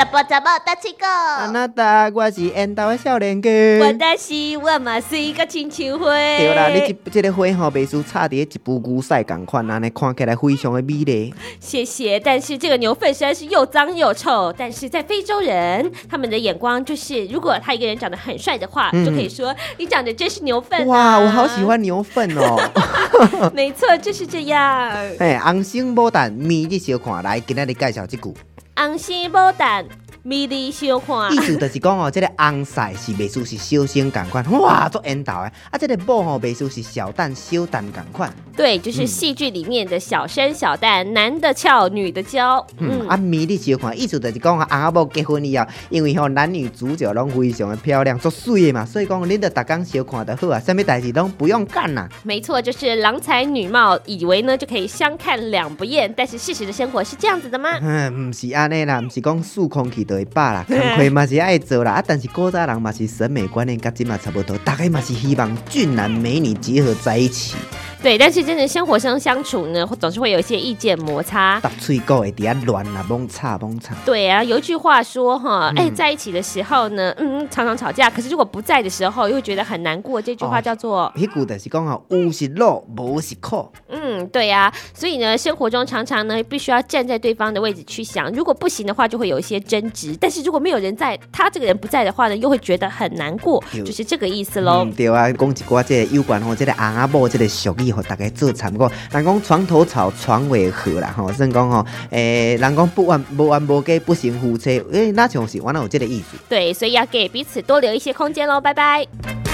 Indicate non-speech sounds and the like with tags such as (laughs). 十八十八搭七个，啊那达，我是缘投的少年哥。原来是啊我嘛水甲亲像花。对啦，你即即个花吼，袂输插伫一部牛屎共款，啊安尼看起来非常的美丽。谢谢，但是这个牛粪实在是又脏又臭。但是在非洲人，他们的眼光就是，如果他一个人长得很帅的话，嗯就可以说你长得真是牛粪、啊。哇，我好喜。欢牛粪哦！ (laughs) 没错，就是这样。嘿，红星牡丹，咪你小看来，今仔日介绍即句，红心牡丹，米粒小看意。思就是讲哦，即、个红婿是袂输是小生共款，哇，做缘投的，啊，即、个某吼袂输是小蛋小蛋共款，对，就是戏剧里面的小生小旦，男的俏，女的娇。嗯，嗯，啊，咪你小看，意思就是讲啊，翁仔某结婚以后，因为吼、男女主角拢非常的漂亮，足水的嘛，所以讲恁着逐工小看就好啊，啥物代志拢不用干啦。 (laughs) 没错，就是郎才女貌，以为呢就可以相看两不厌，但是事实的生活是这样子的 (laughs) 吗？嗯，毋是安尼啦，毋是讲数空气就会饱啦，工课嘛是爱做啦，啊，但是古早人嘛是审美观念甲即嘛差不多，大概嘛是希望俊男美女结合在一起，对，但是真的生活上相处呢，总是会有一些意见摩擦。搭喙鼓会伫遐乱啦，猛吵猛吵。对啊，有一句话说哈，哎、在一起的时候呢，嗯，常常吵架，可是如果不在的时候，又会觉得很难过。这句话哦叫做、迄句就是讲吼，有是路，无是苦。嗯，对呀、所以呢，生活中常常呢，必须要站在对方的位置去想，如果不行的话，就会有一些争执。但是如果没有人在，他这个人不在的话呢，又会觉得很难过，对就是这个意思喽。嗯，对啊，讲一寡即个有关吼，即个翁仔某即个俗语，互大家做参考。人讲床头吵，床尾和啦，吼，算讲吼，诶、人讲不完无完无家不成夫妻，诶、哪像是原来有即个意思。对，所以要给彼此多留一些空间喽，拜拜。